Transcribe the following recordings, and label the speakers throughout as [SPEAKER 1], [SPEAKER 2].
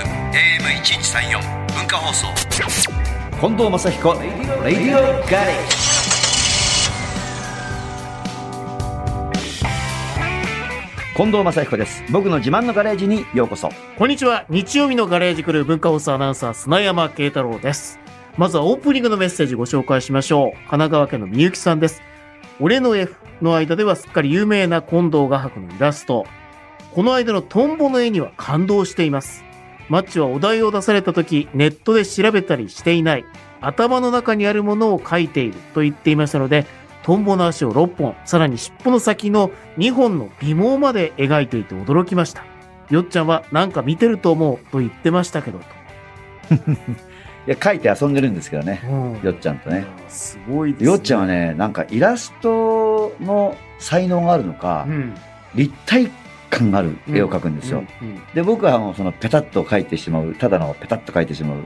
[SPEAKER 1] FM916 AM1134 文化放送
[SPEAKER 2] 近藤正彦レディオガレージ近藤正彦です僕の自慢のガレージにようこそ
[SPEAKER 3] こんにちは。日曜日のガレージクルー文化放送アナウンサー、砂山慶太郎です。まずはオープニングのメッセージご紹介しましょう。神奈川県のみゆきさんです。俺の F の間ではすっかり有名な近藤画伯のイラスト。この間のトンボの絵には感動しています。マッチはお題を出された時、ネットで調べたりしていない。頭の中にあるものを描いていると言っていましたので、トンボの足を6本、さらに尻尾の先の2本の尾毛まで描いていて驚きました。よっちゃんはなんか見てると思うと言ってましたけどと。
[SPEAKER 2] いや書いて遊んでるんですけどねよ
[SPEAKER 3] っ
[SPEAKER 2] っちゃんとね
[SPEAKER 3] すごいです、ね。
[SPEAKER 2] よっちゃんはねなんかイラストの才能があるのか、
[SPEAKER 3] うん、
[SPEAKER 2] 立体感がある絵を描くんですよ、
[SPEAKER 3] うん。うん
[SPEAKER 2] で僕はもうそのペタッと描いてしまうただのペタッと描いてしまう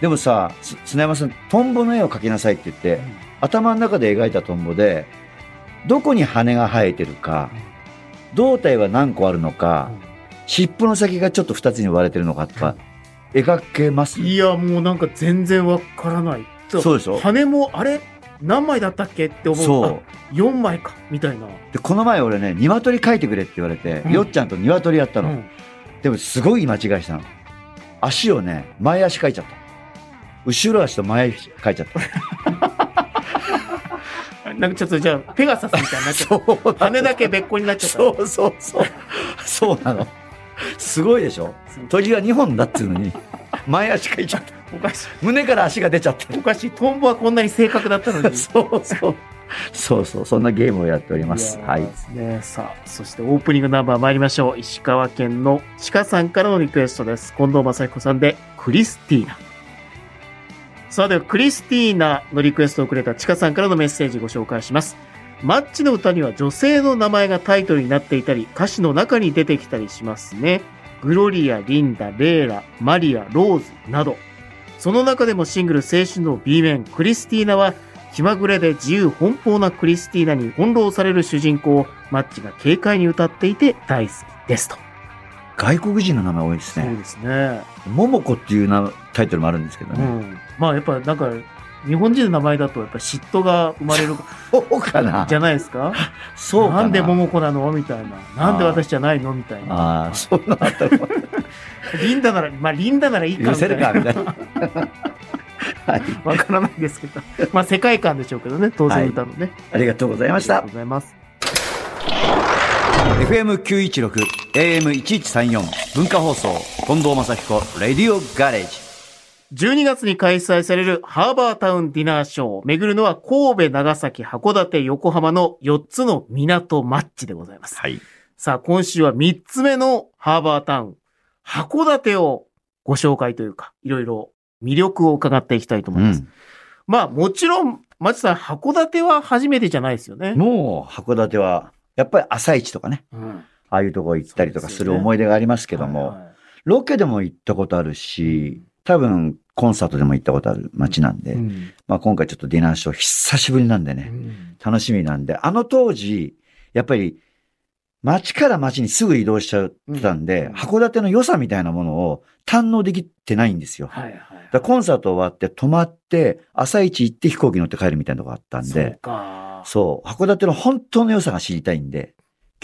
[SPEAKER 2] でもさす砂山さんトンボの絵を描きなさいって言って、頭の中で描いたトンボでどこに羽が生えてるか胴体は何個あるのか、尻尾の先がちょっと2つに割れてるのかとか、描けます
[SPEAKER 3] いや、もうなんか全然わからない。
[SPEAKER 2] そうでしょ
[SPEAKER 3] 羽もあれ何枚だったっけって思う。
[SPEAKER 2] そう
[SPEAKER 3] あ。4枚か、みたいな。
[SPEAKER 2] でこの前俺ね鶏描いてくれって言われて、
[SPEAKER 3] うん
[SPEAKER 2] よっちゃんと鶏やったの、
[SPEAKER 3] うん
[SPEAKER 2] でもすごい間違いしたの足をね前足描いちゃった後ろ足と前足描いちゃった
[SPEAKER 3] なんかちょっとじゃあ、ペガサスみたいになっちゃっ
[SPEAKER 2] そうなの
[SPEAKER 3] た。羽だけ別個になっちゃった。
[SPEAKER 2] そうそうそう。そうなの。すごいでしょ鳥が2本だっつうのに、前足がいちゃった。
[SPEAKER 3] おかしい。
[SPEAKER 2] 胸から足が出ちゃって
[SPEAKER 3] おかしい。トンボはこんなに正確だったの に。
[SPEAKER 2] る。そうそう。そうそう。そんなゲームをやっておりま
[SPEAKER 3] い
[SPEAKER 2] す。
[SPEAKER 3] やー
[SPEAKER 2] はい。
[SPEAKER 3] ですね。さあ、そしてオープニングナンバー参りましょう。石川県の鹿さんからのリクエストです。近藤正彦さんで、クリスティーナ。さあ、では、クリスティーナのリクエストをくれた鹿さんからのメッセージご紹介します。マッチの歌には女性の名前がタイトルになっていたり、歌詞の中に出てきたりしますね。グロリア、リンダ、レーラ、マリア、ローズなど。その中でもシングル青春の B 面、クリスティーナは気まぐれで自由奔放なクリスティーナに翻弄される主人公をマッチが軽快に歌っていて大好きですと。
[SPEAKER 2] 外国人の名前多いです
[SPEAKER 3] そう
[SPEAKER 2] ね。
[SPEAKER 3] ですね。
[SPEAKER 2] モモコっていうなタイトルもあるんですけど
[SPEAKER 3] う
[SPEAKER 2] ね。
[SPEAKER 3] ん。まあやっぱなんか、日本人の名前だとやっぱ嫉妬が生まれる
[SPEAKER 2] そうかな
[SPEAKER 3] じゃないですか
[SPEAKER 2] そうかな
[SPEAKER 3] なんで桃子なのみたいな。なんで私じゃないのみたいな。
[SPEAKER 2] ああ、そんなあったら
[SPEAKER 3] リンダなら、まあリンダならいいか
[SPEAKER 2] 許
[SPEAKER 3] みた
[SPEAKER 2] せ
[SPEAKER 3] い
[SPEAKER 2] るか
[SPEAKER 3] な。
[SPEAKER 2] みたいな。はい。
[SPEAKER 3] わからないですけど。まあ世界観でしょうけどね、当然歌のね。
[SPEAKER 2] ありがとうござい
[SPEAKER 3] あ
[SPEAKER 2] ま
[SPEAKER 3] り
[SPEAKER 2] し
[SPEAKER 3] が
[SPEAKER 2] た
[SPEAKER 3] とう。ございます。
[SPEAKER 2] FM916 AM1134 文化放送近藤正彦レディオガレージ
[SPEAKER 3] 12月に開催されるハーバータウンディナーショーを巡るのは神戸、長崎、函館、横浜の4つの港マッチでございます。
[SPEAKER 2] はい
[SPEAKER 3] さあ、今週は3つ目のハーバータウン、函館をご紹介というか、いろいろ魅力を伺っていきたいと思います。まあ、もちろん、マッチさん、函館は初めてじゃないですよね。
[SPEAKER 2] もう函館はやっぱり朝市とかね
[SPEAKER 3] うん。
[SPEAKER 2] ああいうとこ行ったりとかす
[SPEAKER 3] そうですよ
[SPEAKER 2] る
[SPEAKER 3] ね
[SPEAKER 2] 思い出がありますけども、
[SPEAKER 3] はいはい
[SPEAKER 2] ロケでも行ったことあるし多分コンサートでも行ったことある街なんで、
[SPEAKER 3] うん
[SPEAKER 2] まあ、今回ちょっとディナーショー久しぶりなんで
[SPEAKER 3] う
[SPEAKER 2] ね、
[SPEAKER 3] ん
[SPEAKER 2] 楽しみなんであの当時やっぱり街から街にすぐ移動しちゃってたんで、
[SPEAKER 3] うん
[SPEAKER 2] 函館の良さみたいなものを堪能できてないんですよ。
[SPEAKER 3] はいはい。
[SPEAKER 2] だからコンサート終わって泊まって、朝一行って飛行機乗って帰るみたいなとこあったん
[SPEAKER 3] そう
[SPEAKER 2] で、
[SPEAKER 3] か。
[SPEAKER 2] そう函館の本当の良さが知りたいんで、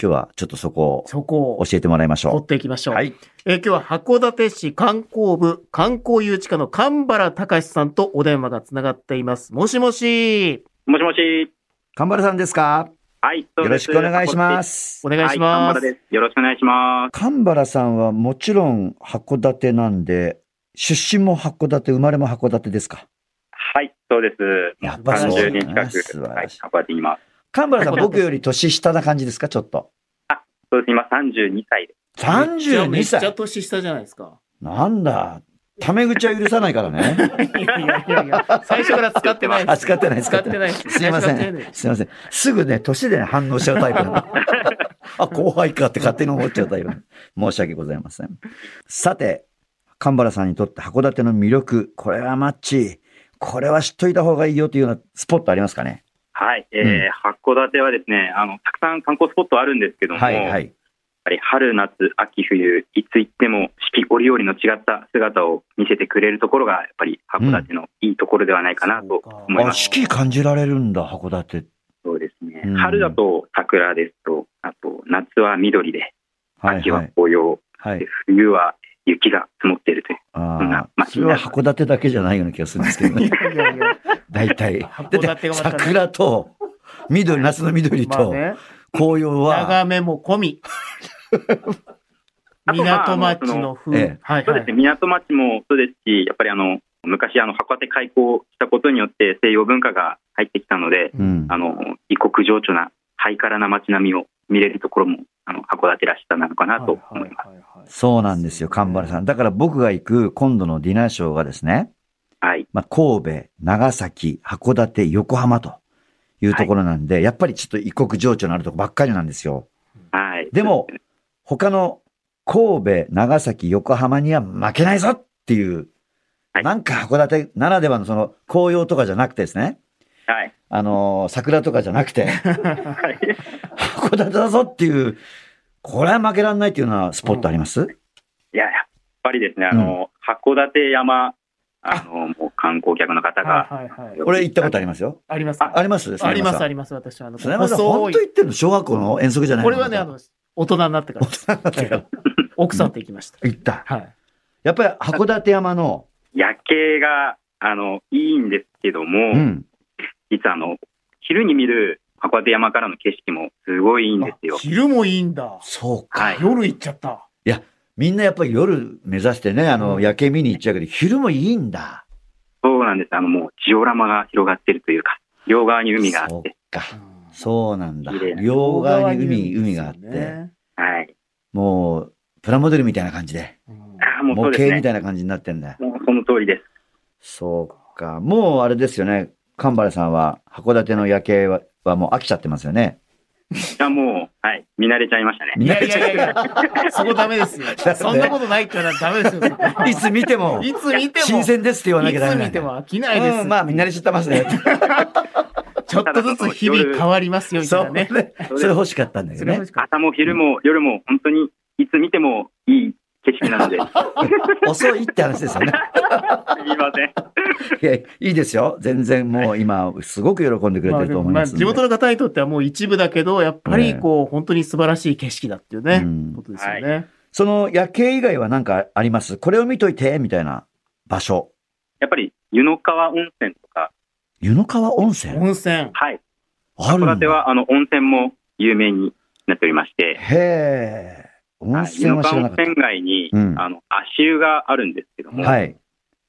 [SPEAKER 2] 今日はちょっとそこ
[SPEAKER 3] そこ
[SPEAKER 2] を
[SPEAKER 3] を
[SPEAKER 2] 教えてもらいまし
[SPEAKER 3] 掘
[SPEAKER 2] ょ
[SPEAKER 3] っていきまし
[SPEAKER 2] う。
[SPEAKER 3] ょう。
[SPEAKER 2] はい。
[SPEAKER 3] えー今日は函館市観光部観光誘致課の神原隆さんとお電話がつながっています。もしもし、
[SPEAKER 4] もしもし。
[SPEAKER 2] 神原さんですか
[SPEAKER 4] はい、。
[SPEAKER 2] よろしくお願いしますす
[SPEAKER 3] お。願いしま
[SPEAKER 4] は
[SPEAKER 3] す。
[SPEAKER 4] い、神原です。よろしくお願いします。
[SPEAKER 2] 神原さんはもちろん函館なんで、出身も函館、生まれも函館ですか
[SPEAKER 4] はい、そうです。
[SPEAKER 2] やっぱ
[SPEAKER 3] あ
[SPEAKER 2] そう
[SPEAKER 3] だ
[SPEAKER 4] 30
[SPEAKER 2] ね
[SPEAKER 4] 人近
[SPEAKER 2] 素
[SPEAKER 4] く、
[SPEAKER 2] 晴
[SPEAKER 4] は
[SPEAKER 2] ら
[SPEAKER 4] い、
[SPEAKER 2] しい。
[SPEAKER 4] 関わっています。
[SPEAKER 2] 神原さん、僕より年下な感じですかちょっと。
[SPEAKER 4] そうです、今32歳で
[SPEAKER 3] め
[SPEAKER 2] 32
[SPEAKER 3] っちゃめっちゃ
[SPEAKER 2] 歳。
[SPEAKER 3] 年下じゃないですか。
[SPEAKER 2] なんだ。タメ口は許さないからね。
[SPEAKER 3] いやいやいやいや、最初から使ってないです。
[SPEAKER 2] あ使ってない
[SPEAKER 3] 使ってない。
[SPEAKER 2] すいません。すいません。すぐね、年でね、反応しちゃうタイプな のあ、後輩かって勝手に思っちゃうタイプなの申し訳ございません。さて、神原さんにとって函館の魅力、これはマッチ、これは知っといた方がいいよというようなスポットありますかね
[SPEAKER 4] はい、えー函館はですねあの、たくさん観光スポットあるんですけども、
[SPEAKER 2] はいは
[SPEAKER 4] やっ
[SPEAKER 2] い。
[SPEAKER 4] ぱり春、夏、秋、冬、いつ行っても四季折々の違った姿を見せてくれるところが、やっぱり函館のいいところではないかなと思い
[SPEAKER 2] あ、
[SPEAKER 4] ます。
[SPEAKER 2] 四季感じられるんだ、函館。
[SPEAKER 4] そうですね
[SPEAKER 2] うん。
[SPEAKER 4] 春だと桜ですと、あと夏は緑で、
[SPEAKER 2] はい
[SPEAKER 4] 秋
[SPEAKER 2] は。
[SPEAKER 4] はい紅葉、
[SPEAKER 2] はい
[SPEAKER 4] で。冬は雪が積もっているという。
[SPEAKER 2] あ
[SPEAKER 4] そんな
[SPEAKER 2] あ、それは函館だけじゃないような気がするんですけどね。
[SPEAKER 3] いやいや
[SPEAKER 2] 大体。だ
[SPEAKER 3] 函
[SPEAKER 2] っ
[SPEAKER 3] 館
[SPEAKER 2] て
[SPEAKER 3] がまたね
[SPEAKER 2] 桜と、緑、夏の緑
[SPEAKER 3] まあ
[SPEAKER 2] と、
[SPEAKER 3] ね、
[SPEAKER 2] 紅葉は、
[SPEAKER 3] 眺めも込み。
[SPEAKER 4] あとまあ
[SPEAKER 3] 港町の風。
[SPEAKER 2] ええ
[SPEAKER 3] はい
[SPEAKER 4] そう
[SPEAKER 3] は
[SPEAKER 4] ですね、
[SPEAKER 3] い。
[SPEAKER 4] 港町もそうですし、やっぱりあの昔あの、函館開港したことによって西洋文化が入ってきたので、
[SPEAKER 2] うん
[SPEAKER 4] あ。の異国情緒な、ハイカラな街並みを見れるところも、あの函館らしさなのかなと思います。
[SPEAKER 3] はいはいはい
[SPEAKER 2] そうなんですよ、神原さん。だから僕が行く今度のディナーショーがですね、
[SPEAKER 4] はい、
[SPEAKER 2] まあ、神戸、長崎、函館、横浜というところなんで、やっぱりちょっと異国情緒のあるとこばっかりなんですよ。
[SPEAKER 4] はい、
[SPEAKER 2] でも、他の神戸、長崎、横浜には負けないぞっていう、
[SPEAKER 4] はい
[SPEAKER 2] なんか函館ならではのその紅葉とかじゃなくてですね、
[SPEAKER 4] はい、
[SPEAKER 2] あのー桜とかじゃなくて、
[SPEAKER 4] はい、
[SPEAKER 2] 函館だぞっていう、これは負けらんないっていうようなスポットあります、
[SPEAKER 4] いや、やっぱりですね、あの函館山、あのもう観光客の方が、
[SPEAKER 3] はいはいはい。
[SPEAKER 2] 俺行ったことありますよ。
[SPEAKER 3] ありますか
[SPEAKER 2] あります
[SPEAKER 3] ありま
[SPEAKER 2] 砂山さん
[SPEAKER 3] す、あります、私。あの、
[SPEAKER 2] 砂山さん、
[SPEAKER 3] 細
[SPEAKER 2] 本
[SPEAKER 3] い
[SPEAKER 2] 当言ってるの小学校の遠足じゃないの
[SPEAKER 3] これはね、あ、の、大人になってからです。
[SPEAKER 2] また
[SPEAKER 3] 奥さんと行きました。
[SPEAKER 2] 行った。
[SPEAKER 3] はい。
[SPEAKER 2] やっぱり函館山の、
[SPEAKER 4] 夜景があのいいんですけども、
[SPEAKER 2] うん。
[SPEAKER 4] 実はあの昼に見る函館山からの景色もすごいいいんですよ
[SPEAKER 3] あ。昼もいいんだ。
[SPEAKER 2] そうか。
[SPEAKER 4] はい、
[SPEAKER 3] 夜行っちゃった。
[SPEAKER 2] みんなやっぱり夜目指してね、あ
[SPEAKER 3] う
[SPEAKER 2] の、
[SPEAKER 3] ん
[SPEAKER 2] 夜景見に行っちゃうけど、昼もいいんだ。
[SPEAKER 4] そうなんです。あの、もうジオラマが広がってるというか、両側に海があ
[SPEAKER 2] そ
[SPEAKER 4] っ
[SPEAKER 2] う
[SPEAKER 4] て、
[SPEAKER 2] か。そうなんだ
[SPEAKER 4] 綺麗。な
[SPEAKER 2] 両側に海、海があって、
[SPEAKER 4] はい。
[SPEAKER 2] もう、プラモデルみたいな感じで、
[SPEAKER 3] うん。
[SPEAKER 4] ああ、もうそ
[SPEAKER 2] 模
[SPEAKER 4] うです
[SPEAKER 2] 型み
[SPEAKER 4] ね。
[SPEAKER 2] たいな感じになってんだよ。
[SPEAKER 4] もうその通りです。
[SPEAKER 2] そうか。もうあれですよね。神原さんは、函館の夜景は、はもう飽きちゃってますよね。
[SPEAKER 4] いや、もう、はい。見慣れちゃいましたね。
[SPEAKER 3] い
[SPEAKER 2] 見慣
[SPEAKER 3] や
[SPEAKER 2] れ
[SPEAKER 3] い
[SPEAKER 2] ちゃ
[SPEAKER 3] やいやいや、 そこダメですよ。そんなことないって言わないとダメですよ。
[SPEAKER 2] ういつ見ても、
[SPEAKER 3] いつ見ても、
[SPEAKER 2] 新鮮ですって言わなきゃダメな
[SPEAKER 3] いつ
[SPEAKER 2] んだ
[SPEAKER 3] 見ても飽きないです。
[SPEAKER 2] うん、まあみんなで知ってますね。
[SPEAKER 3] ちょっとずつ日々変わりますよ、みたい
[SPEAKER 2] そ
[SPEAKER 3] な
[SPEAKER 2] う
[SPEAKER 3] ね
[SPEAKER 2] ね。。それ欲しかったんだけ
[SPEAKER 3] そ
[SPEAKER 2] ど
[SPEAKER 3] れ
[SPEAKER 2] ね
[SPEAKER 3] 欲。しかっ
[SPEAKER 4] 朝も昼も夜も本当にいつ見てもいい景色な ので、す
[SPEAKER 2] 遅いって話ですよね。
[SPEAKER 4] みませ
[SPEAKER 2] い
[SPEAKER 4] ん。
[SPEAKER 2] や、いいですよ。全然もう今、すごく喜んでくれ
[SPEAKER 3] た
[SPEAKER 2] て
[SPEAKER 3] まあ
[SPEAKER 2] ると
[SPEAKER 3] でも
[SPEAKER 2] 思い
[SPEAKER 3] まあ
[SPEAKER 2] ますん
[SPEAKER 3] 地
[SPEAKER 2] で。
[SPEAKER 3] 元の方にとってはもう一部だけど、やっぱりこう、本当に素晴らしい景色だっていうね
[SPEAKER 2] う、ん
[SPEAKER 3] ことですよね。
[SPEAKER 2] その夜景以外は何かありますこれを見といて、みたいな場所。
[SPEAKER 4] やっぱり湯の川温泉とか、
[SPEAKER 2] 湯の川温泉
[SPEAKER 3] 温泉。
[SPEAKER 4] はい。
[SPEAKER 2] あるん
[SPEAKER 4] 函
[SPEAKER 2] だ
[SPEAKER 4] 館は、あの、温泉も有名になっておりまして、
[SPEAKER 2] へえ。温
[SPEAKER 4] はい湯
[SPEAKER 2] 泉
[SPEAKER 4] の
[SPEAKER 2] は知
[SPEAKER 4] 川
[SPEAKER 2] ら
[SPEAKER 4] 温
[SPEAKER 2] なかっ
[SPEAKER 4] 泉街に、
[SPEAKER 2] うん
[SPEAKER 4] あの、足湯があるんですけど
[SPEAKER 2] た。
[SPEAKER 4] も、
[SPEAKER 2] はい。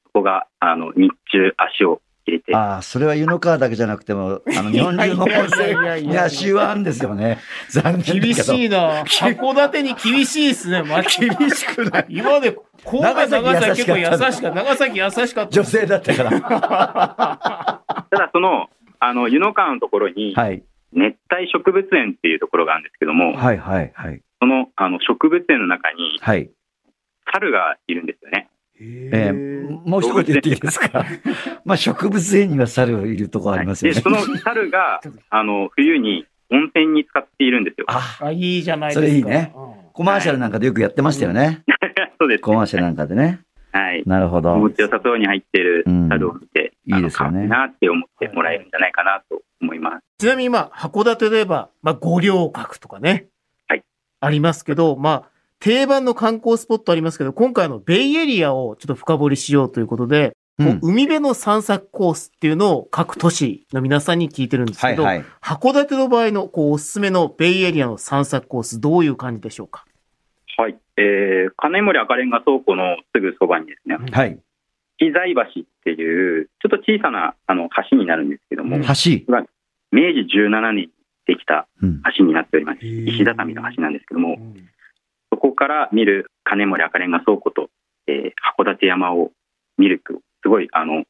[SPEAKER 4] そこが、あの、日中足を入れて、
[SPEAKER 2] ああ、それは湯の川だけじゃなくても、あの、日本中の温
[SPEAKER 3] いやいやい
[SPEAKER 2] 泉、
[SPEAKER 3] や
[SPEAKER 2] いや、足はあるんですよね。残念
[SPEAKER 3] 厳
[SPEAKER 2] だけど。
[SPEAKER 3] しいな。函館に厳しいですね、マジ厳しくない。今まで、神戸、長
[SPEAKER 2] 長崎
[SPEAKER 3] 崎結構優
[SPEAKER 2] 優しかった
[SPEAKER 3] しかった。長崎優しかった。
[SPEAKER 2] 女性だったから。
[SPEAKER 4] ただその、あの、湯の川のところに、
[SPEAKER 2] はい。
[SPEAKER 4] 熱帯植物園っていうところがあるんですけども、
[SPEAKER 2] はい、はい、はい。
[SPEAKER 4] そのあの植物園の中に
[SPEAKER 2] はい。
[SPEAKER 4] 猿がいるんですよね。
[SPEAKER 2] えー
[SPEAKER 3] へ
[SPEAKER 2] もう一言言っていいですか まあ植物園には猿いるとこありますよ
[SPEAKER 4] で、
[SPEAKER 2] ね。
[SPEAKER 4] その猿 があの冬に温泉に使っているんですよ。
[SPEAKER 2] あ、
[SPEAKER 3] ーあ、いいじゃないです
[SPEAKER 2] そ
[SPEAKER 3] か。
[SPEAKER 2] れいいね
[SPEAKER 3] うん。
[SPEAKER 2] コマーシャルなんかでよくやってましたよね。
[SPEAKER 4] そうです、
[SPEAKER 2] コマーシャルなんかでね。
[SPEAKER 4] はい。
[SPEAKER 2] なるほ
[SPEAKER 4] 気
[SPEAKER 2] ど。
[SPEAKER 4] 持ちよさそうに入っている猿を見て、
[SPEAKER 2] うんいいですよね
[SPEAKER 4] あの可愛いなって思ってもらえるんじゃないかなと思います。
[SPEAKER 3] ちなみに今、函館で言えば、まあ、五稜郭とかね。
[SPEAKER 4] はい。
[SPEAKER 3] ありますけど、まあ、定番の観光スポットありますけど、今回あのベイエリアをちょっと深掘りしようということで、
[SPEAKER 2] う
[SPEAKER 3] こうん海辺の散策コースっていうのを各都市の皆さんに聞いてるんです
[SPEAKER 2] は
[SPEAKER 3] け
[SPEAKER 2] い
[SPEAKER 3] ど、
[SPEAKER 2] はい。
[SPEAKER 3] 函館の場合のこうおすすめのベイエリアの散策コース、どういう感じでしょうか
[SPEAKER 4] はい。えー金森赤レンガ倉庫のすぐそばにですね、
[SPEAKER 2] はい。
[SPEAKER 4] 木材橋っていう、ちょっと小さなあの橋になるんですけども、
[SPEAKER 3] うん
[SPEAKER 2] 橋。
[SPEAKER 4] 明治17年にできた
[SPEAKER 2] うん。
[SPEAKER 4] 橋になっております。石
[SPEAKER 3] 石
[SPEAKER 4] 畳の橋なんですけども、
[SPEAKER 3] うん
[SPEAKER 4] そこから見る金森赤レンガ倉庫と、えー函館山を見ると、すごいあの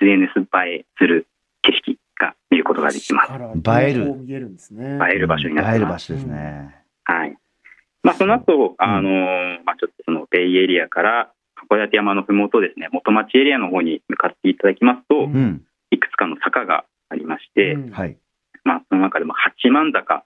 [SPEAKER 4] SNS 映えする景色が見ることができます。
[SPEAKER 2] 映える
[SPEAKER 3] 両方見えるんですね。
[SPEAKER 4] 映える場所になっ
[SPEAKER 2] 会え
[SPEAKER 4] て
[SPEAKER 2] る
[SPEAKER 4] ま
[SPEAKER 2] 場
[SPEAKER 4] す。
[SPEAKER 2] 所ですね。
[SPEAKER 4] はい。まあ、その後、あのーまあ、ちょっとそのベイエリアから函館山のふもとですね、元町エリアの方に向かっていただきますと、
[SPEAKER 3] うん
[SPEAKER 2] うん。
[SPEAKER 4] いくつかの坂がありまして、
[SPEAKER 3] うん
[SPEAKER 2] はい。
[SPEAKER 4] の中でも八幡坂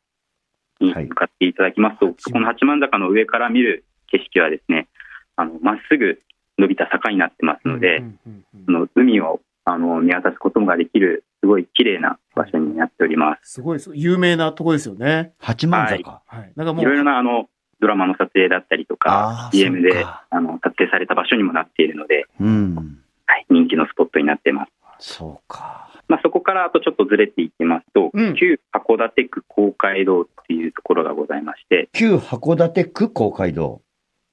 [SPEAKER 4] に向かっていただきますと、
[SPEAKER 3] はい
[SPEAKER 4] そこの八幡坂の上から見る景色はですね、あの、まっすぐ伸びた坂になってますので、
[SPEAKER 3] うんうんうん
[SPEAKER 4] その海をあの見渡すことができる、すごい綺麗な場所になっております。
[SPEAKER 3] すごいです、有名なとこですよね。
[SPEAKER 2] 八幡坂。
[SPEAKER 3] はい。なんかも、
[SPEAKER 4] いろいうろなあのドラマの撮影だったりと
[SPEAKER 2] あ
[SPEAKER 4] か
[SPEAKER 2] あ、
[SPEAKER 4] CM
[SPEAKER 2] そう
[SPEAKER 4] で
[SPEAKER 2] か
[SPEAKER 4] あの撮影された場所にもなっているので、
[SPEAKER 2] うん。
[SPEAKER 4] はい、人気のスポットになってます。
[SPEAKER 2] そうか。
[SPEAKER 4] まあ、そこからあとちょっとずれていきますと、
[SPEAKER 3] うん
[SPEAKER 4] 旧函館区公会堂っていうところがございまして、
[SPEAKER 2] 旧函館区公会堂。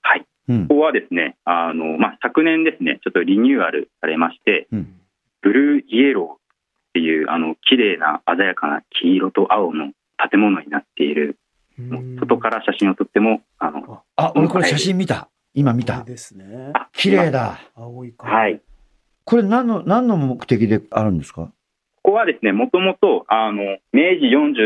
[SPEAKER 4] はい、
[SPEAKER 2] うん
[SPEAKER 4] こ。こはですね、あのまあ、昨年ですね、ちょっとリニューアルされまして、
[SPEAKER 2] うん
[SPEAKER 4] ブルーイエローっていうあの綺麗な鮮やかな黄色と青の建物になっている、もう外から写真を撮っても、あの
[SPEAKER 2] あ、俺これ写真見た。今見た。
[SPEAKER 3] ですね。
[SPEAKER 4] あ
[SPEAKER 2] 綺麗だ。
[SPEAKER 3] 青い顔
[SPEAKER 4] はい。
[SPEAKER 2] これ何の、何の目的であるんですか
[SPEAKER 4] ここはですね、もともと、あの、明治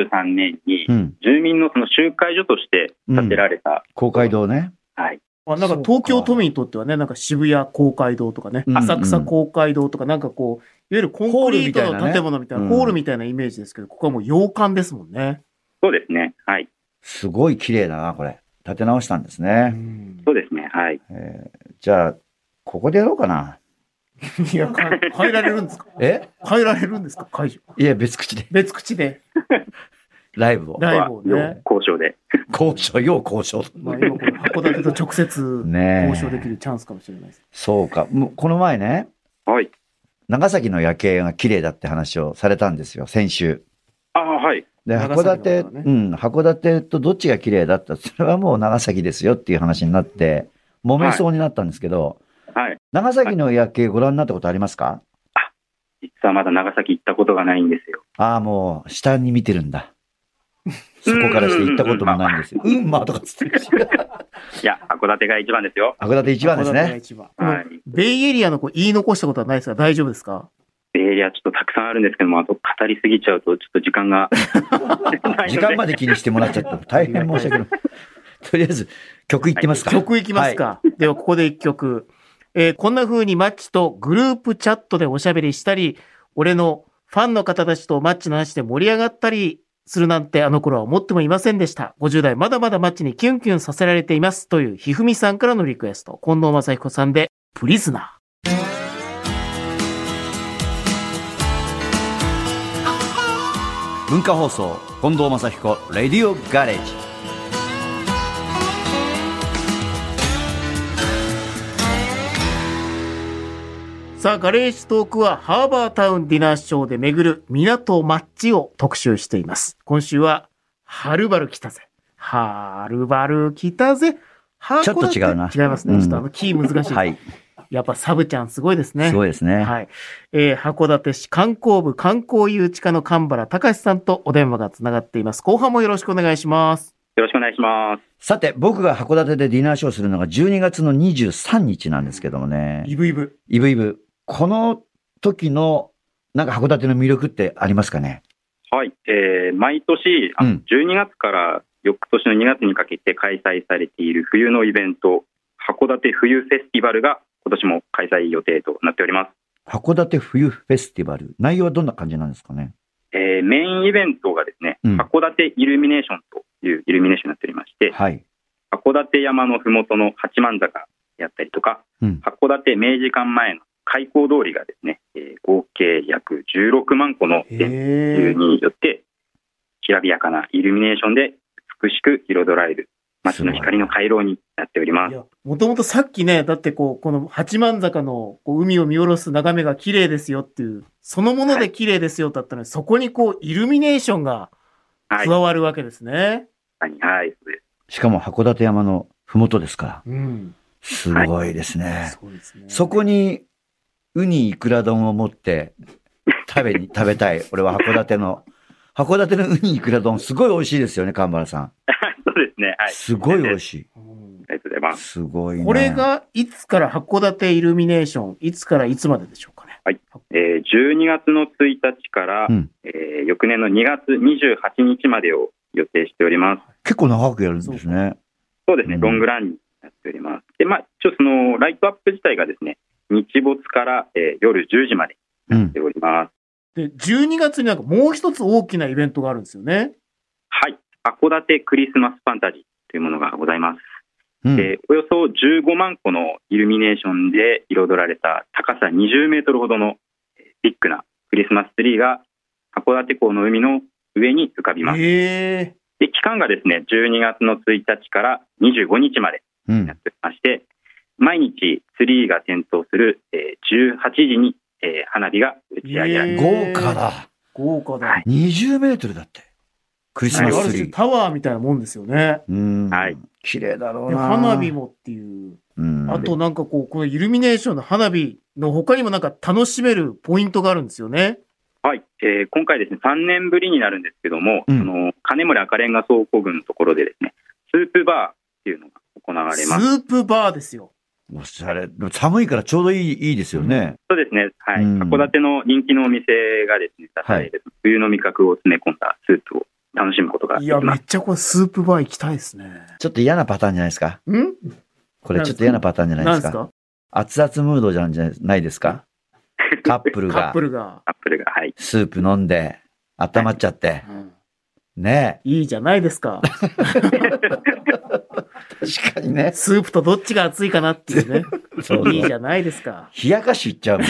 [SPEAKER 4] 43年に
[SPEAKER 2] う、ん。
[SPEAKER 4] 住民のその集会所として建てられた、
[SPEAKER 2] 公会堂ね。
[SPEAKER 4] はい。
[SPEAKER 3] まあ、なんか東京都民にとってはね、なんか渋谷公会堂とかね
[SPEAKER 2] う、んうん
[SPEAKER 3] 浅草公会堂とか、なんかこう、いわゆるコンクリートの建物みたいな、
[SPEAKER 2] ホールみたいなね
[SPEAKER 3] ホールみたいなイメージですけど、ここはもう洋館ですもんね。
[SPEAKER 4] そうですね。はい。
[SPEAKER 2] すごい綺麗だな、これ。建て直したんですね。
[SPEAKER 4] そうですね。はい。
[SPEAKER 2] えーじゃあ、ここでやろうかな。
[SPEAKER 3] いや、か入られるんですか
[SPEAKER 2] え
[SPEAKER 3] 入られるんですか 会場。
[SPEAKER 2] いや、別口で。
[SPEAKER 3] 別口で。
[SPEAKER 2] ライブを。
[SPEAKER 3] ライブを
[SPEAKER 4] ここは
[SPEAKER 3] ね。
[SPEAKER 4] 交渉で。
[SPEAKER 2] 交渉、要交渉。
[SPEAKER 3] まあ、今この函館と直接
[SPEAKER 2] ねえ。
[SPEAKER 3] 交渉できるチャンスかもしれないです。
[SPEAKER 2] そうか。もうこの前ね、
[SPEAKER 4] はい。
[SPEAKER 2] 長崎の夜景が綺麗だって話をされたんですよ、先週。
[SPEAKER 4] ああ、はい。
[SPEAKER 2] で、函
[SPEAKER 3] 長崎の
[SPEAKER 2] 館、
[SPEAKER 3] ことね
[SPEAKER 2] うん、函館とどっちが綺麗だったそれはもう長崎ですよっていう話になって、揉めそうになったんですけど、
[SPEAKER 4] はい。
[SPEAKER 2] 長崎の夜景ご覧になったことありますか
[SPEAKER 4] 実はまだ長崎行ったことがないんですよ。
[SPEAKER 2] ああ、もう、下に見てるんだ。そこからして行ったこともないんですよ。うん、まあとかつって。
[SPEAKER 4] いや、函館が一番ですよ。
[SPEAKER 2] 函館一番です
[SPEAKER 3] 函館が
[SPEAKER 2] ね。
[SPEAKER 3] 一番。こ
[SPEAKER 4] は
[SPEAKER 3] の
[SPEAKER 4] い。
[SPEAKER 3] ベイエリアのこう言い残したことはないですか大丈夫ですか
[SPEAKER 4] ベイエリアちょっとたくさんあるんですけども、あと語りすぎちゃうと、ちょっと時間がないので。
[SPEAKER 2] 時間まで気にしてもらっちゃった。大変申し訳ない。とりあえず、曲いってますか。
[SPEAKER 3] 曲いきますか。では、ここで一曲。えーこんな風にマッチとグループチャットでおしゃべりしたり、俺のファンの方たちとマッチの話で盛り上がったりするなんてあの頃は思ってもいませんでした。50代まだまだマッチにキュンキュンさせられています。というひふみさんからのリクエスト。近藤正彦さんで、プリズナー。
[SPEAKER 2] 文化放送近藤正彦レディオガレージ
[SPEAKER 3] さあ、ガレージトークはハーバータウンディナーショーで巡る港マッチを特集しています。今週は、はるばる来たぜ。はるばる来たぜ。函館
[SPEAKER 2] ちょっと違うな
[SPEAKER 3] 違いますね。
[SPEAKER 2] うん
[SPEAKER 3] ちょっとあの、キー難しい。
[SPEAKER 2] はい、
[SPEAKER 3] やっぱサブちゃんすごいですね。
[SPEAKER 2] すごいですね。
[SPEAKER 3] はい。えー、函館市観光部観光誘致課の神原隆さんとお電話がつながっています。後半もよろしくお願いします。
[SPEAKER 4] よろしくお願いします。
[SPEAKER 2] さて、僕が函館でディナーショーするのが12月の23日なんですけどもね、
[SPEAKER 3] ブイブ。
[SPEAKER 2] イブイブ、この時のなんか函館の魅力ってありますかね
[SPEAKER 4] はい。えー、毎年、あ
[SPEAKER 2] う
[SPEAKER 4] の
[SPEAKER 2] ん
[SPEAKER 4] 12月から翌年の2月にかけて開催されている冬のイベント、函館冬フェスティバルが今年も開催予定となっております。
[SPEAKER 2] 函館冬フェスティバル。内容はどんな感じなんですかね
[SPEAKER 4] えーメインイベントがですね、
[SPEAKER 2] うん
[SPEAKER 4] 函館イルミネーションというイルミネーションになっておりまして、
[SPEAKER 2] はい。
[SPEAKER 4] 函館山のふもとの八幡坂であったりとか、
[SPEAKER 2] うん。
[SPEAKER 4] 函館明治館前の開港通りがですね、えー合計約16万個の電球
[SPEAKER 3] へ
[SPEAKER 4] によって、きらびやかなイルミネーションで美しく彩られる街の光の回廊になっておりま
[SPEAKER 3] い
[SPEAKER 4] す。
[SPEAKER 3] や、もともとさっきね、だってこう、この八幡坂のこう海を見下ろす眺めが綺麗ですよっていう、そのもので綺麗ですよだったのに、そこにこう、イルミネーションが
[SPEAKER 4] はい
[SPEAKER 3] 加。わるわけですね。
[SPEAKER 4] はい。はいそうです
[SPEAKER 2] しかも函館山の麓ですから。
[SPEAKER 3] うん。
[SPEAKER 2] すごいですね。
[SPEAKER 3] そうですね。
[SPEAKER 2] そこにウニイクラ丼を持って食 べに、食べたい。俺は函館の。函館のウニイクラ丼、すごい美味しいですよね、神原さん。
[SPEAKER 4] そうですね。はい。
[SPEAKER 2] すごい美味しい。
[SPEAKER 3] うん
[SPEAKER 4] ありがとうございます。
[SPEAKER 2] すごいね。
[SPEAKER 3] これが、いつから函館イルミネーション、いつからいつまででしょうかね。
[SPEAKER 4] えー12月の1日から、
[SPEAKER 2] うん
[SPEAKER 4] えー翌年の2月28日までを予定しております。
[SPEAKER 2] 結構長くやるんですね。
[SPEAKER 4] そうですね、
[SPEAKER 2] うん
[SPEAKER 4] ロングランになっております。で、まあ、ちょっとそのライトアップ自体がですね、日没から、えー夜10時まで
[SPEAKER 2] うん
[SPEAKER 4] し。ております。
[SPEAKER 3] で、12月になんかもう一つ大きなイベントがあるんですよね。
[SPEAKER 4] はい。函館クリスマスファンタジーというものがございます。
[SPEAKER 2] うん。
[SPEAKER 4] でおよそ15万個のイルミネーションで彩られた高さ20メートルほどのビッグなクリスマスツリーが函館港の海の上に浮かびます。
[SPEAKER 3] ええ
[SPEAKER 4] で期間がですね、12月の1日から25日まで
[SPEAKER 2] う
[SPEAKER 4] になんっ。ておりまして、毎日ツリーが点灯する、えー18時に、えー花火が打ち上げられ
[SPEAKER 3] へ
[SPEAKER 4] る
[SPEAKER 3] ー
[SPEAKER 2] 豪華だ。
[SPEAKER 3] 豪華だ。
[SPEAKER 4] はい
[SPEAKER 2] 20メートルだって。クリス
[SPEAKER 3] あ
[SPEAKER 2] マ
[SPEAKER 3] る
[SPEAKER 2] スツ
[SPEAKER 3] 種
[SPEAKER 2] リー。
[SPEAKER 3] タワーみたいなもんですよね。
[SPEAKER 2] うん。
[SPEAKER 4] はい。
[SPEAKER 2] 綺麗だろう
[SPEAKER 3] で
[SPEAKER 2] な。
[SPEAKER 3] 花火。もっていう。
[SPEAKER 2] うん。
[SPEAKER 3] あとなんかこう、このイルミネーションの花火の他にもなんか楽しめるポイントがあるんですよね。
[SPEAKER 4] はい、えー今回ですね、3年ぶりになるんですけども、
[SPEAKER 2] うん
[SPEAKER 4] あの金森赤レンガ倉庫群のところでですね、スープバーっていうのが行われ
[SPEAKER 3] ス
[SPEAKER 4] ます。
[SPEAKER 3] ープバーですよ。
[SPEAKER 2] おしゃれ。でも寒いからちょうどいい、いいですよね。
[SPEAKER 4] そうですね、はい、
[SPEAKER 2] うん
[SPEAKER 4] 函館の人気のお店がですね、出される冬の味覚を詰め込んだスープを楽しむことがで
[SPEAKER 3] い
[SPEAKER 4] き
[SPEAKER 3] や、め
[SPEAKER 4] ま
[SPEAKER 3] っ
[SPEAKER 4] す。
[SPEAKER 3] ちゃこれスープバー行きたいですね。
[SPEAKER 2] ちょっと嫌なパターンじゃないですか。
[SPEAKER 3] ん
[SPEAKER 2] これちょっと嫌なパターンじゃないで
[SPEAKER 3] な
[SPEAKER 2] す
[SPEAKER 3] んです
[SPEAKER 2] か。
[SPEAKER 3] か
[SPEAKER 2] 熱々ムードじゃないですか。カップル
[SPEAKER 3] カッ
[SPEAKER 2] が
[SPEAKER 3] プルが。
[SPEAKER 4] アップルが、はい、
[SPEAKER 2] スープ飲んで、温まっちゃって。
[SPEAKER 3] うん
[SPEAKER 2] ね
[SPEAKER 3] いいじゃないですか。
[SPEAKER 2] え。確かにね。
[SPEAKER 3] スープとどっちが熱いかなっていうね。
[SPEAKER 2] そうそう
[SPEAKER 3] いいじゃないですか。
[SPEAKER 2] 冷やかしいっちゃうもん。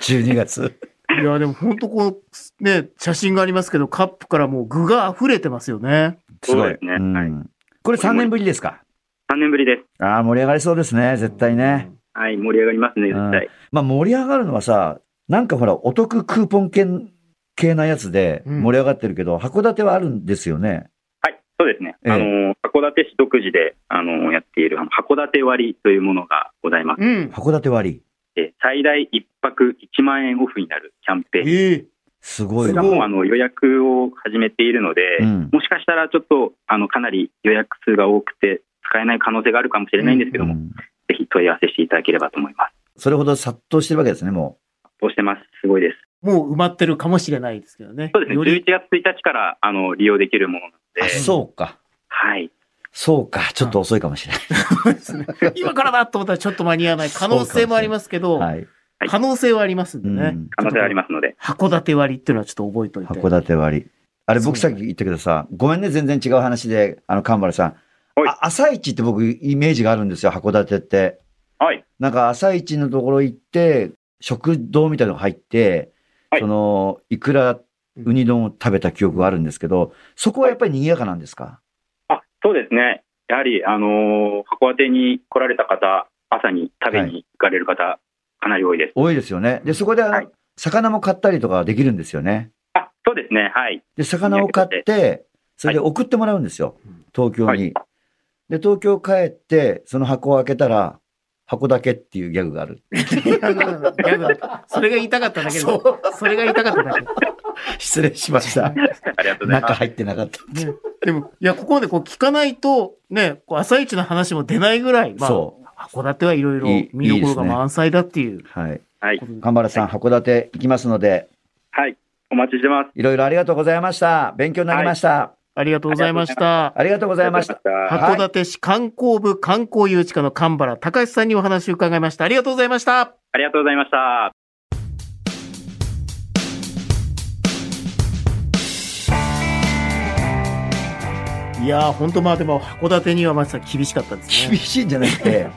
[SPEAKER 2] 12月。
[SPEAKER 3] いや、でも本当こう、ね、写真がありますけど、カップからもう具が溢れてますよね。
[SPEAKER 2] すご
[SPEAKER 4] そう
[SPEAKER 2] い。
[SPEAKER 4] ですね
[SPEAKER 2] ん
[SPEAKER 4] はい
[SPEAKER 2] これ3年ぶりですか。
[SPEAKER 4] 3年ぶりです。
[SPEAKER 2] ああ、盛り上がりそうですね。絶対ね。
[SPEAKER 4] はい、盛り上がりますね、
[SPEAKER 2] うん
[SPEAKER 4] 絶対。
[SPEAKER 2] まあ盛り上がるのはさ、なんかほら、お得クーポン系系なやつで
[SPEAKER 3] うん
[SPEAKER 2] 盛り上がってるけど、函館はあるんですよね。
[SPEAKER 4] はい、そうですね。
[SPEAKER 2] ええ
[SPEAKER 4] あの函館市独自であのやっているあの函館割というものがございます。
[SPEAKER 3] うん。
[SPEAKER 2] 函館割。
[SPEAKER 4] えー最大1泊1万円オフになるキャンペーン
[SPEAKER 3] ええ
[SPEAKER 2] すごい
[SPEAKER 4] これが
[SPEAKER 2] な。
[SPEAKER 4] もうあの予約を始めているので、
[SPEAKER 2] うん
[SPEAKER 4] もしかしたらちょっとあのかなり予約数が多くて使えない可能性があるかもしれないんですけども、
[SPEAKER 2] うん
[SPEAKER 4] ぜひ問い合わせしていただければと思います。
[SPEAKER 2] それほど殺到してるわけですね、も
[SPEAKER 4] そうしてます。すごいです。
[SPEAKER 3] もう埋まってるかもしれないですけどね。
[SPEAKER 4] そうですね。
[SPEAKER 3] よ
[SPEAKER 4] 11
[SPEAKER 3] り、
[SPEAKER 4] 月1日からあの利用できるものなの
[SPEAKER 2] う。あ、
[SPEAKER 4] で、
[SPEAKER 2] そうか。
[SPEAKER 4] はい。
[SPEAKER 2] そうか。ちょっと遅いかもしれない。
[SPEAKER 3] 今からだと思ったらちょっと間に合わない可能性もありますけど、
[SPEAKER 2] はい。
[SPEAKER 4] はい
[SPEAKER 3] 可能性はありますんでね。
[SPEAKER 2] うん
[SPEAKER 4] 可能性ありますので、
[SPEAKER 3] 函館割っていうのはちょっと覚えておいて。
[SPEAKER 2] 函館割。あれ、僕
[SPEAKER 3] そ
[SPEAKER 2] さ
[SPEAKER 3] う
[SPEAKER 2] っき言ったけどさ、ごめんね、全然違う話で、あの、神原さん。
[SPEAKER 4] はい
[SPEAKER 2] あ朝市って僕、イメージがあるんですよ、函館って。
[SPEAKER 4] はい。
[SPEAKER 2] なんか、朝市のところ行って、食堂みたいなのが入って、
[SPEAKER 4] はい
[SPEAKER 2] その、いくら、
[SPEAKER 3] うん
[SPEAKER 2] ウニ丼を食べた記憶があるんですけど、そこはやっぱり賑やかなんですか
[SPEAKER 4] あ、そうですね。やはり、あのー函館に来られた方、朝に食べに行かれる方、かなり多いです。
[SPEAKER 2] 多いですよね。で、そこで、あの
[SPEAKER 4] はい
[SPEAKER 2] 魚も買ったりとかできるんですよね。
[SPEAKER 4] あ、そうですね。はい。
[SPEAKER 2] で、魚を買って、それで送ってもらうんですよ
[SPEAKER 3] うん。
[SPEAKER 2] 東京に。
[SPEAKER 4] はい
[SPEAKER 2] で、東京帰って、その箱を開けたら、箱だけっていうギャグがある。
[SPEAKER 3] いやだそれが言いたかっただけでそれが言いたかっただけ。
[SPEAKER 2] 失礼しました。
[SPEAKER 4] ありがとうございま
[SPEAKER 2] 中
[SPEAKER 4] す。
[SPEAKER 2] 入ってなかった。
[SPEAKER 3] ね、でも、いや、ここまでこう聞かないと、ね、こう朝一の話も出ないぐらい、まあ、
[SPEAKER 2] そう。
[SPEAKER 3] 函館はいろいろ
[SPEAKER 2] いい
[SPEAKER 3] 見どころが満載だっていう
[SPEAKER 2] はい。
[SPEAKER 4] はい
[SPEAKER 3] こ。とで
[SPEAKER 2] 神原さん、函館行きますので、
[SPEAKER 4] はい。お待ちしてます。
[SPEAKER 2] いろいろありがとうございました。勉強になりました。
[SPEAKER 3] ありがとうございました。
[SPEAKER 2] ありがとうございました。
[SPEAKER 4] ありがと
[SPEAKER 3] 函
[SPEAKER 4] うございました
[SPEAKER 3] 館市観光部観光誘致課の神原隆さんにお話を伺いました。ありがとうございました。
[SPEAKER 4] ありがとうございました。
[SPEAKER 3] いやー、ほんとまあでも函館にはまさ厳しかったです
[SPEAKER 2] 厳
[SPEAKER 3] ね。
[SPEAKER 2] しいんじゃなくて、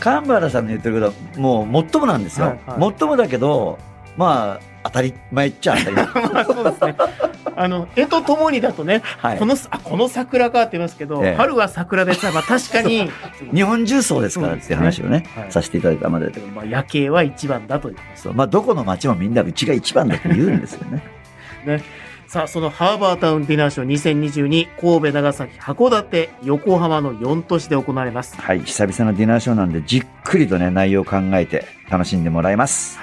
[SPEAKER 2] 神原さんの言ってることは、もう、もっともなんですよ。
[SPEAKER 3] はいはい
[SPEAKER 2] もっともだけど、まあ、当たり前っちゃ当たり前。
[SPEAKER 3] まあそうですね。あの、絵とともにだとね、
[SPEAKER 2] はい
[SPEAKER 3] こ。のあこの桜かって言いますけど、
[SPEAKER 2] ええ
[SPEAKER 3] 春は桜でさ、まあ確かに、
[SPEAKER 2] 日本重曹ですからっていう話をね、
[SPEAKER 3] はい
[SPEAKER 2] させていただいたまでで。
[SPEAKER 3] まあ夜景は一番だという。
[SPEAKER 2] そうまあ、どこの町もみんなうちが一番だと言うんですよ ね。
[SPEAKER 3] さあ、そのハーバータウンディナーショー2022、神戸、長崎、函館、横浜の4都市で行われます。
[SPEAKER 2] はい、久々のディナーショーなんで、じっくりとね、内容を考えて楽しんでもらいます。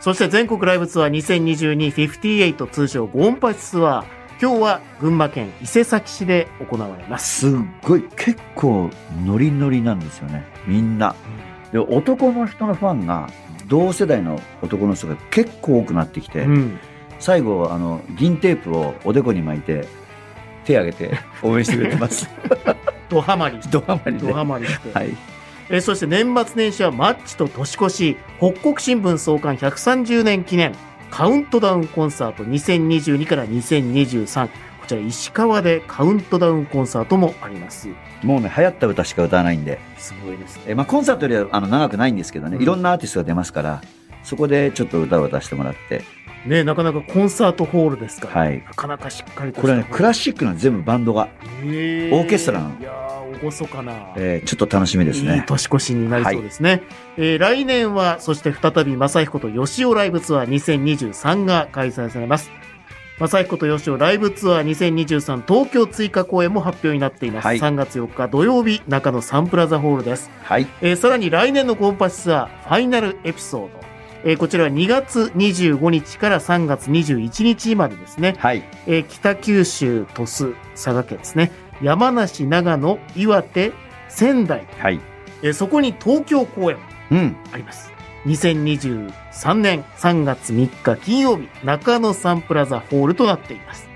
[SPEAKER 3] そして全国ライブツアー2022-58通称ゴンパチツアー。今日は群馬県伊勢崎市で行われます。
[SPEAKER 2] すっごい、結構ノリノリなんですよね、みんな。で、男の人のファンが、同世代の男の人が結構多くなってきて、
[SPEAKER 3] うん。
[SPEAKER 2] 最後、あの、銀テープをおでこに巻いて、手挙げて応援してくれて ます。
[SPEAKER 3] ドハマり。
[SPEAKER 2] ドハマりで。
[SPEAKER 3] ドハ
[SPEAKER 2] は
[SPEAKER 3] マりして。
[SPEAKER 2] い。
[SPEAKER 3] えーそして年末年始はマッチと年越し、北国新聞創刊130年記念、カウントダウンコンサート2022から2023。こちら石川でカウントダウンコンサートもあります。
[SPEAKER 2] もうね、流行った歌しか歌わないんで、
[SPEAKER 3] すごいですね。
[SPEAKER 2] えまあ、コンサートよりはあの長くないんですけどね、
[SPEAKER 3] うん
[SPEAKER 2] いろんなアーティストが出ますから、そこでちょっと歌を歌わせてもらって、
[SPEAKER 3] ねなかなかコンサートホールですから、
[SPEAKER 2] はい
[SPEAKER 3] なかなかしっかりと
[SPEAKER 2] これはね、クラ
[SPEAKER 3] シ
[SPEAKER 2] シックなの全部バンドが、
[SPEAKER 3] オ
[SPEAKER 2] オーケストラなの
[SPEAKER 3] いやー、厳かな。
[SPEAKER 2] えーちょっと楽しみです
[SPEAKER 3] いい
[SPEAKER 2] ね。
[SPEAKER 3] 年越しになりそうですね。えー来年は、そして再び、正彦と吉尾ライブツアー2023が開催されます。正彦と吉尾ライブツアー2023東京追加公演も発表になっています。
[SPEAKER 2] はい
[SPEAKER 3] 3月4日土曜日、中野サンプラザホールです。
[SPEAKER 2] はい。
[SPEAKER 3] えーさらに来年のコンパスツアー、ファイナルエピソード。えーこちらは2月25日から3月21日までですね。
[SPEAKER 2] はい。
[SPEAKER 3] えー北九州、鳥栖、佐賀県ですね。山梨、長野、岩手、仙台。
[SPEAKER 2] はい。
[SPEAKER 3] えーそこに東京公演
[SPEAKER 2] うん。
[SPEAKER 3] あります。2023年3月3日金曜日、中野サンプラザホールとなっています。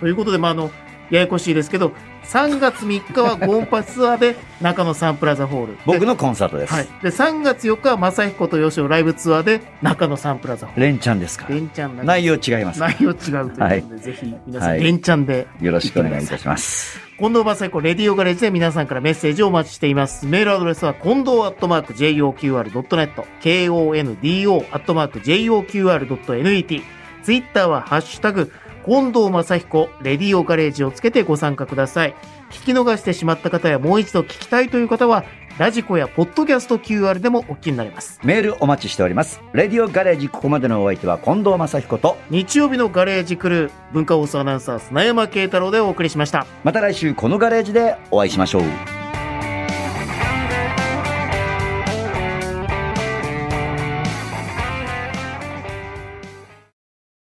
[SPEAKER 3] ということで、まあ、あの、ややこしいですけど、3月3日はゴンパツアーで中野サンプラザホール。
[SPEAKER 2] 僕
[SPEAKER 3] の
[SPEAKER 2] のコンサートです。
[SPEAKER 3] はい。で、3月4日は正彦と吉尾ライブツアーで中野サンプラザホール。
[SPEAKER 2] レンちゃんですか
[SPEAKER 3] レンチャン
[SPEAKER 2] 内容違います。
[SPEAKER 3] 内容違うということで、
[SPEAKER 2] はい
[SPEAKER 3] ぜひ皆さん、
[SPEAKER 2] はい
[SPEAKER 3] レンチャンで
[SPEAKER 2] よろしくお願いいたします。
[SPEAKER 3] 近藤正彦レディオガレージで皆さんからメッセージをお待ちしています。メールアドレスは、近藤アットマーク JOQR.net、KONDO アットマーク JOQR.net、ツイッターは、ハッシュタグ、近藤正彦レディオガレージをつけてご参加ください。聞き逃してしまった方や、もう一度聞きたいという方は、ラジコやポッドキャスト QR でもお聞きになれます。
[SPEAKER 2] メールお待ちしております。レディオガレージ、ここまでのお相手は近藤正彦と、
[SPEAKER 3] 日曜日のガレージクルー、文化放送アナウンサー、砂山慶太郎でお送りしました。
[SPEAKER 2] また来週このガレージでお会いしましょう。